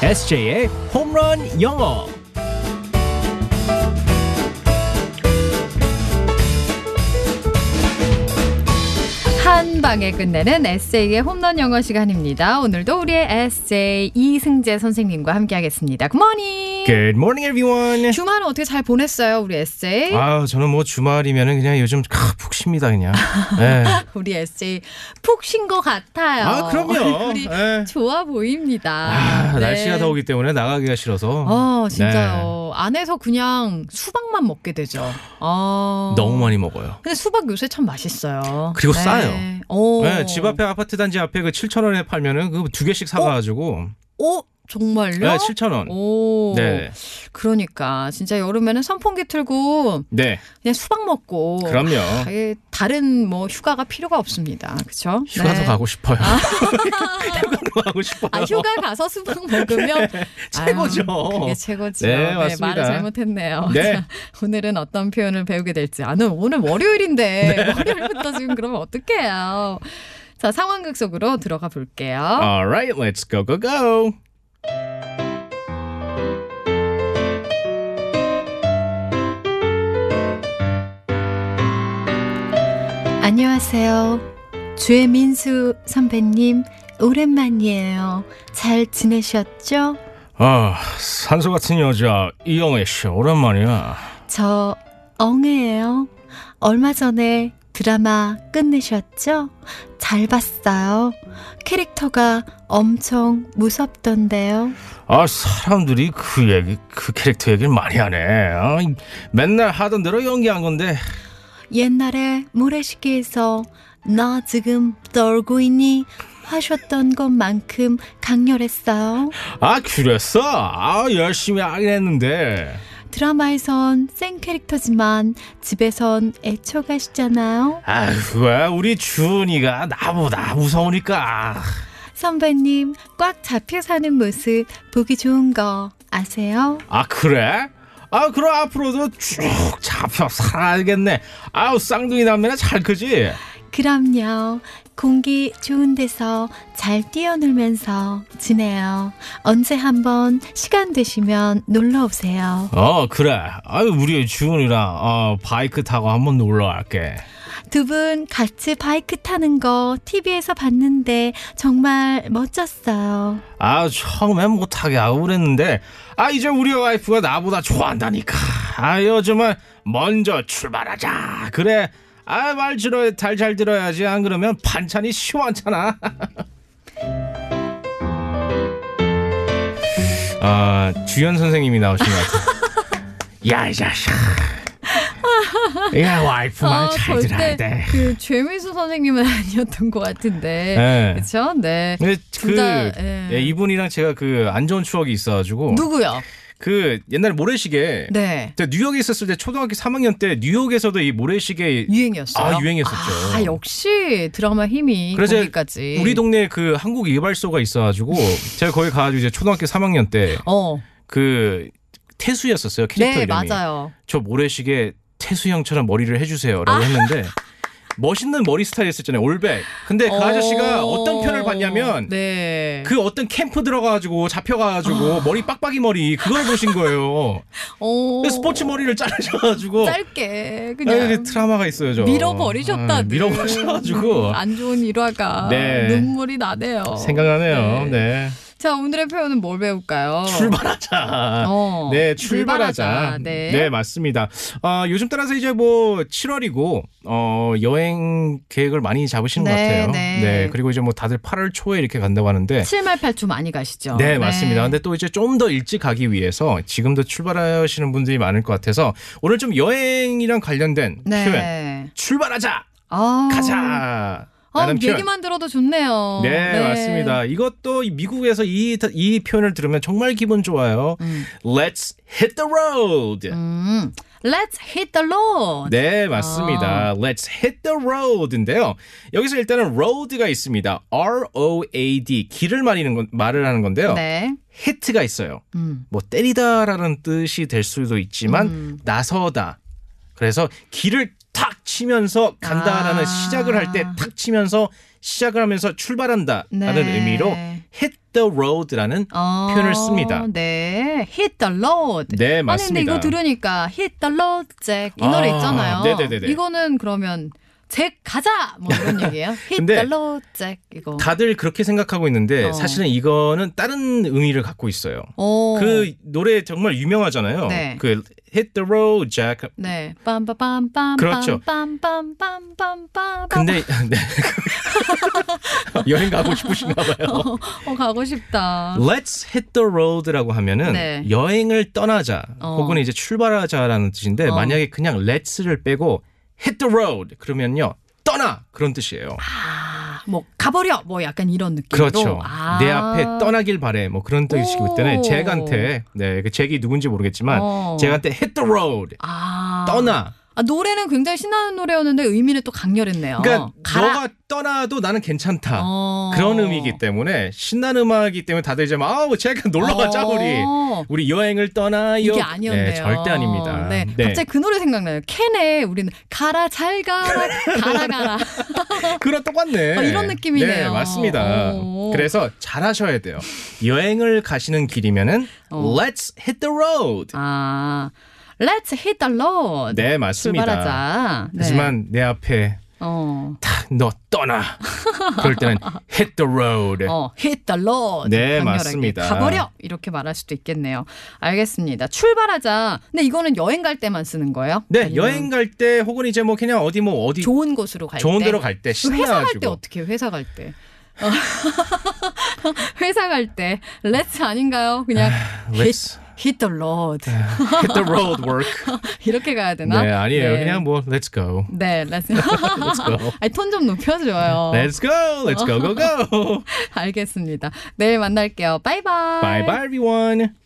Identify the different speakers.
Speaker 1: SJ의 홈런 영어.
Speaker 2: 한 방에 끝내는 에세이의 홈런 영어 시간입니다. 오늘도 우리의 에세이 이승재 선생님과 함께하겠습니다. 굿모닝.
Speaker 1: Good morning, everyone.
Speaker 2: 주말은 어떻게 잘 보냈어요, 우리 에세이?
Speaker 1: 네. 아, 저는 뭐 주말이면은 그냥 요즘 아, 푹 쉽니다 그냥. 네.
Speaker 2: 우리 에세이 푹 쉰 것 같아요.
Speaker 1: 아, 그럼요.
Speaker 2: 우리
Speaker 1: 네.
Speaker 2: 좋아 보입니다.
Speaker 1: 아,
Speaker 2: 네.
Speaker 1: 날씨가 더우기 때문에 나가기가 싫어서.
Speaker 2: 어,
Speaker 1: 네.
Speaker 2: 진짜요. 안에서 그냥 수박만 먹게 되죠. 어.
Speaker 1: 너무 많이 먹어요.
Speaker 2: 근데 수박 요새 참 맛있어요. 네.
Speaker 1: 그리고 싸요.
Speaker 2: 어.
Speaker 1: 네, 집 앞에 아파트 단지 앞에 그 7천 원에 팔면은 그 두 개씩 사가지고
Speaker 2: 어, 정말요?
Speaker 1: 네, 7천 원.
Speaker 2: 오.
Speaker 1: 네,
Speaker 2: 그러니까 진짜 여름에는 선풍기 틀고
Speaker 1: 네,
Speaker 2: 그냥 수박 먹고
Speaker 1: 그럼요.
Speaker 2: 아예 다른 뭐 휴가가 필요가 없습니다. 그렇죠?
Speaker 1: 휴가도 가고 싶어요. 휴가도 가고 싶어요.
Speaker 2: 아 휴가 가서 수박 먹으면
Speaker 1: 최고죠.
Speaker 2: 아유, 그게 최고죠.
Speaker 1: 네, 맞습니다.
Speaker 2: 말을 잘못했네요.
Speaker 1: 네.
Speaker 2: 자, 오늘은 어떤 표현을 배우게 될지. 아, 는 오늘 월요일인데
Speaker 1: 네.
Speaker 2: 월요일부터 지금 그러면 어떡해요? 자, 상황극 속으로 들어가 볼게요.
Speaker 1: All right, let's go, go, go.
Speaker 2: 안녕하세요. 주혜민수 선배님, 오랜만이에요. 잘 지내셨죠?
Speaker 1: 아, 산소 같은 여자 이영애 씨 오랜만이야.
Speaker 2: 저 엉해예요. 얼마 전에 드라마 끝내셨죠? 잘 봤어요. 캐릭터가 엄청 무섭던데요.
Speaker 1: 아, 사람들이 그 얘기, 그 캐릭터 얘기를 많이 하네. 아, 맨날 하던 대로 연기한 건데.
Speaker 2: 옛날에 모래시계에서 나 지금 떨고 있니? 하셨던 것만큼 강렬했어요.
Speaker 1: 아, 그랬어? 아, 열심히 하긴 했는데.
Speaker 2: 드라마에선 센 캐릭터지만 집에선 애초가시잖아요.
Speaker 1: 아, 왜 우리 주은이가 나보다 무서우니까.
Speaker 2: 선배님, 꽉 잡혀 사는 모습 보기 좋은 거 아세요?
Speaker 1: 아, 그래? 아, 그럼 앞으로도 쭉 잡혀 살아야겠네. 아우, 쌍둥이 남매나 잘 크지?
Speaker 2: 그럼요. 공기 좋은 데서 잘 뛰어놀면서 지내요. 언제 한번 시간 되시면 놀러 오세요.
Speaker 1: 어, 그래. 아유, 우리 주은이랑, 어, 바이크 타고 한번 놀러 갈게.
Speaker 2: 두 분 같이 바이크 타는 거 TV에서 봤는데 정말 멋졌어요.
Speaker 1: 아 처음엔 못하게 하고 그랬는데 아 이제 우리 와이프가 나보다 좋아한다니까 아 요즘은 먼저 출발하자 그래 아 말 들어야 잘잘 들어야지 안 그러면 반찬이 시원찮아 아 주연 선생님이 나오신 것 같아요 야이 자식 야 와이프
Speaker 2: 아,
Speaker 1: 말 잘 들어야 돼
Speaker 2: 그 최민수 선생님은 아니었던 것 같은데.
Speaker 1: 네.
Speaker 2: 그쵸? 네.
Speaker 1: 네,
Speaker 2: 둘
Speaker 1: 그
Speaker 2: 다, 예.
Speaker 1: 예, 이분이랑 제가 그 안 좋은 추억이 있어가지고
Speaker 2: 누구요?
Speaker 1: 그 옛날 모래시계
Speaker 2: 네.
Speaker 1: 그때 뉴욕에 있었을 때 초등학교 3학년 때 뉴욕에서도 이 모래시계
Speaker 2: 유행이었어요.
Speaker 1: 아, 유행했었죠.
Speaker 2: 아, 역시 드라마 힘이
Speaker 1: 그래서
Speaker 2: 거기까지.
Speaker 1: 우리 동네에 그 한국 이발소가 있어가지고 제가 거기 가가지고 이제 초등학교 3학년
Speaker 2: 어.
Speaker 1: 때 그 태수였었어요 캐릭터
Speaker 2: 네,
Speaker 1: 이름이
Speaker 2: 맞아요.
Speaker 1: 저 모래시계 태수 형처럼 머리를 해주세요라고
Speaker 2: 아.
Speaker 1: 했는데 멋있는 머리 스타일이었잖아요 올백 근데 그 아저씨가 어떤 편을 봤냐면
Speaker 2: 어. 네.
Speaker 1: 그 어떤 캠프 들어가가지고 잡혀가가지고
Speaker 2: 아.
Speaker 1: 머리 빡빡이 머리 그걸 보신 거예요
Speaker 2: 어,
Speaker 1: 그래서 스포츠 머리를 자르셔가지고
Speaker 2: 짧게
Speaker 1: 아, 이게
Speaker 2: 그냥
Speaker 1: 트라마가 있어요, 저.
Speaker 2: 밀어버리셨다.
Speaker 1: 아,
Speaker 2: 늘.
Speaker 1: 밀어버리셔가지고.
Speaker 2: 음, 안 좋은 일화가
Speaker 1: 네.
Speaker 2: 눈물이 나네요.
Speaker 1: 생각나네요. 네.
Speaker 2: 자 오늘의 표현은 뭘 배울까요?
Speaker 1: 출발하자.
Speaker 2: 어,
Speaker 1: 네, 출발하자.
Speaker 2: 출발하자. 네.
Speaker 1: 맞습니다. 아, 요즘 따라서 이제 뭐 7월이고 어, 여행 계획을 많이 잡으시는 것
Speaker 2: 네,
Speaker 1: 같아요.
Speaker 2: 네.
Speaker 1: 그리고 이제 뭐 다들 8월 초에 이렇게 간다고 하는데
Speaker 2: 7말 8초 많이 가시죠.
Speaker 1: 네, 맞습니다. 근데 또 이제 좀 더 일찍 가기 위해서 지금도 출발하시는 분들이 많을 것 같아서 오늘 좀 여행이랑 관련된 표현
Speaker 2: 네.
Speaker 1: 출발하자.
Speaker 2: 아,
Speaker 1: 가자.
Speaker 2: 아,
Speaker 1: 라는 표현.
Speaker 2: 얘기만 들어도 좋네요.
Speaker 1: 네, 맞습니다. 이것도 이 미국에서 이, 이 표현을 들으면 정말 기분 좋아요.
Speaker 2: 음.
Speaker 1: Let's hit the road.
Speaker 2: 음, Let's hit the road.
Speaker 1: 네,
Speaker 2: 아.
Speaker 1: 맞습니다. Let's hit the road인데요. 여기서 일단은 road가 있습니다. R-O-A-D. 길을 말하는 건, 말을 하는 건데요.
Speaker 2: 네.
Speaker 1: hit가 있어요.
Speaker 2: 음.
Speaker 1: 뭐 때리다라는 뜻이 될 수도 있지만 나서다. 그래서 길을 탁 치면서 간다라는
Speaker 2: 아.
Speaker 1: 시작을 할 때 탁 치면서 시작을 하면서 출발한다라는
Speaker 2: 네.
Speaker 1: 의미로 hit the road라는
Speaker 2: 어,
Speaker 1: 표현을 씁니다.
Speaker 2: 네. Hit the road.
Speaker 1: 네 맞습니다.
Speaker 2: 아니 근데 이거 들으니까 Hit the road, Jack 이
Speaker 1: 아,
Speaker 2: 노래 있잖아요.
Speaker 1: 네네네네.
Speaker 2: 이거는 그러면 잭 가자 뭐 이런 얘기예요. Hit
Speaker 1: 근데
Speaker 2: the road, Jack 이거.
Speaker 1: 다들 그렇게 생각하고 있는데
Speaker 2: 어.
Speaker 1: 사실은 이거는 다른 의미를 갖고 있어요.
Speaker 2: 오.
Speaker 1: 그 노래 정말 유명하잖아요.
Speaker 2: 네.
Speaker 1: 그 hit the road, Jack.
Speaker 2: 네. 빰빰빰빰
Speaker 1: 그렇죠.
Speaker 2: 빰빰빰빰빰빰
Speaker 1: 근데 네. 여행 가고 싶으신가 봐요.
Speaker 2: 어, 어, 가고 싶다.
Speaker 1: Let's hit the road라고 하면은
Speaker 2: 네.
Speaker 1: 여행을 떠나자
Speaker 2: 어.
Speaker 1: 혹은 이제 출발하자라는 뜻인데
Speaker 2: 어.
Speaker 1: 만약에 그냥 let's를 빼고 hit the road 그러면요 떠나 그런 뜻이에요.
Speaker 2: 아, 뭐 가버려 뭐 약간 이런 느낌으로.
Speaker 1: 그렇죠.
Speaker 2: 아.
Speaker 1: 내 앞에 떠나길 바래 뭐 그런 뜻이기 때문에
Speaker 2: 오.
Speaker 1: 잭한테 네그 잭이 누군지 모르겠지만
Speaker 2: 어.
Speaker 1: 잭한테 hit the road
Speaker 2: 아.
Speaker 1: 떠나.
Speaker 2: 아, 노래는 굉장히 신나는 노래였는데 의미는 또 강렬했네요.
Speaker 1: 그러니까
Speaker 2: 어, 가라.
Speaker 1: 너가 떠나도 나는 괜찮다.
Speaker 2: 어.
Speaker 1: 그런 의미이기 때문에 신나는 음악이기 때문에 다들 이제 막 아우 잭 놀러 가자
Speaker 2: 어.
Speaker 1: 우리. 우리 여행을 떠나요.
Speaker 2: 이게 아니었네요.
Speaker 1: 네, 절대 아닙니다.
Speaker 2: 네, 갑자기 그 노래 생각나요. 캔에 우리는 가라 잘 가라 가라 가라.
Speaker 1: 그런 똑같네.
Speaker 2: 어, 이런 느낌이네요.
Speaker 1: 네,
Speaker 2: 어,
Speaker 1: 맞습니다.
Speaker 2: 오.
Speaker 1: 그래서 잘하셔야 돼요. 여행을 가시는 길이면은
Speaker 2: 어.
Speaker 1: let's hit the road.
Speaker 2: 아, Let's hit the road.
Speaker 1: 네, 맞습니다.
Speaker 2: 출발하자. 네.
Speaker 1: 하지만 내 앞에
Speaker 2: 어,
Speaker 1: 탁 너 떠나. 그럴 때는 hit the road.
Speaker 2: 어, hit the road.
Speaker 1: 네,
Speaker 2: 강렬하게
Speaker 1: 맞습니다.
Speaker 2: 가버려 이렇게 말할 수도 있겠네요. 알겠습니다. 출발하자. 근데 이거는 여행 갈 때만 쓰는 거예요?
Speaker 1: 네,
Speaker 2: 아니면
Speaker 1: 여행 갈 때 혹은 이제 뭐 그냥 어디 뭐 어디
Speaker 2: 좋은 곳으로 갈
Speaker 1: 좋은
Speaker 2: 때.
Speaker 1: 데로 갈 때
Speaker 2: 회사 갈 때
Speaker 1: 신나가지고
Speaker 2: 어떻게 해요? 회사 갈 때. 어. 회사 갈 때 렛츠 아닌가요? 그냥
Speaker 1: let's
Speaker 2: hit the road
Speaker 1: hit the road work.
Speaker 2: 이렇게 가야
Speaker 1: 네,
Speaker 2: 되나?
Speaker 1: 아니에요.
Speaker 2: 네.
Speaker 1: 그냥 뭐 let's go.
Speaker 2: 네, 렛츠.
Speaker 1: Let's go. 네.
Speaker 2: 아니 톤 좀 높여줘요.
Speaker 1: Let's go. Let's go go go.
Speaker 2: 알겠습니다. 내일 만날게요. 바이바이.
Speaker 1: bye bye everyone.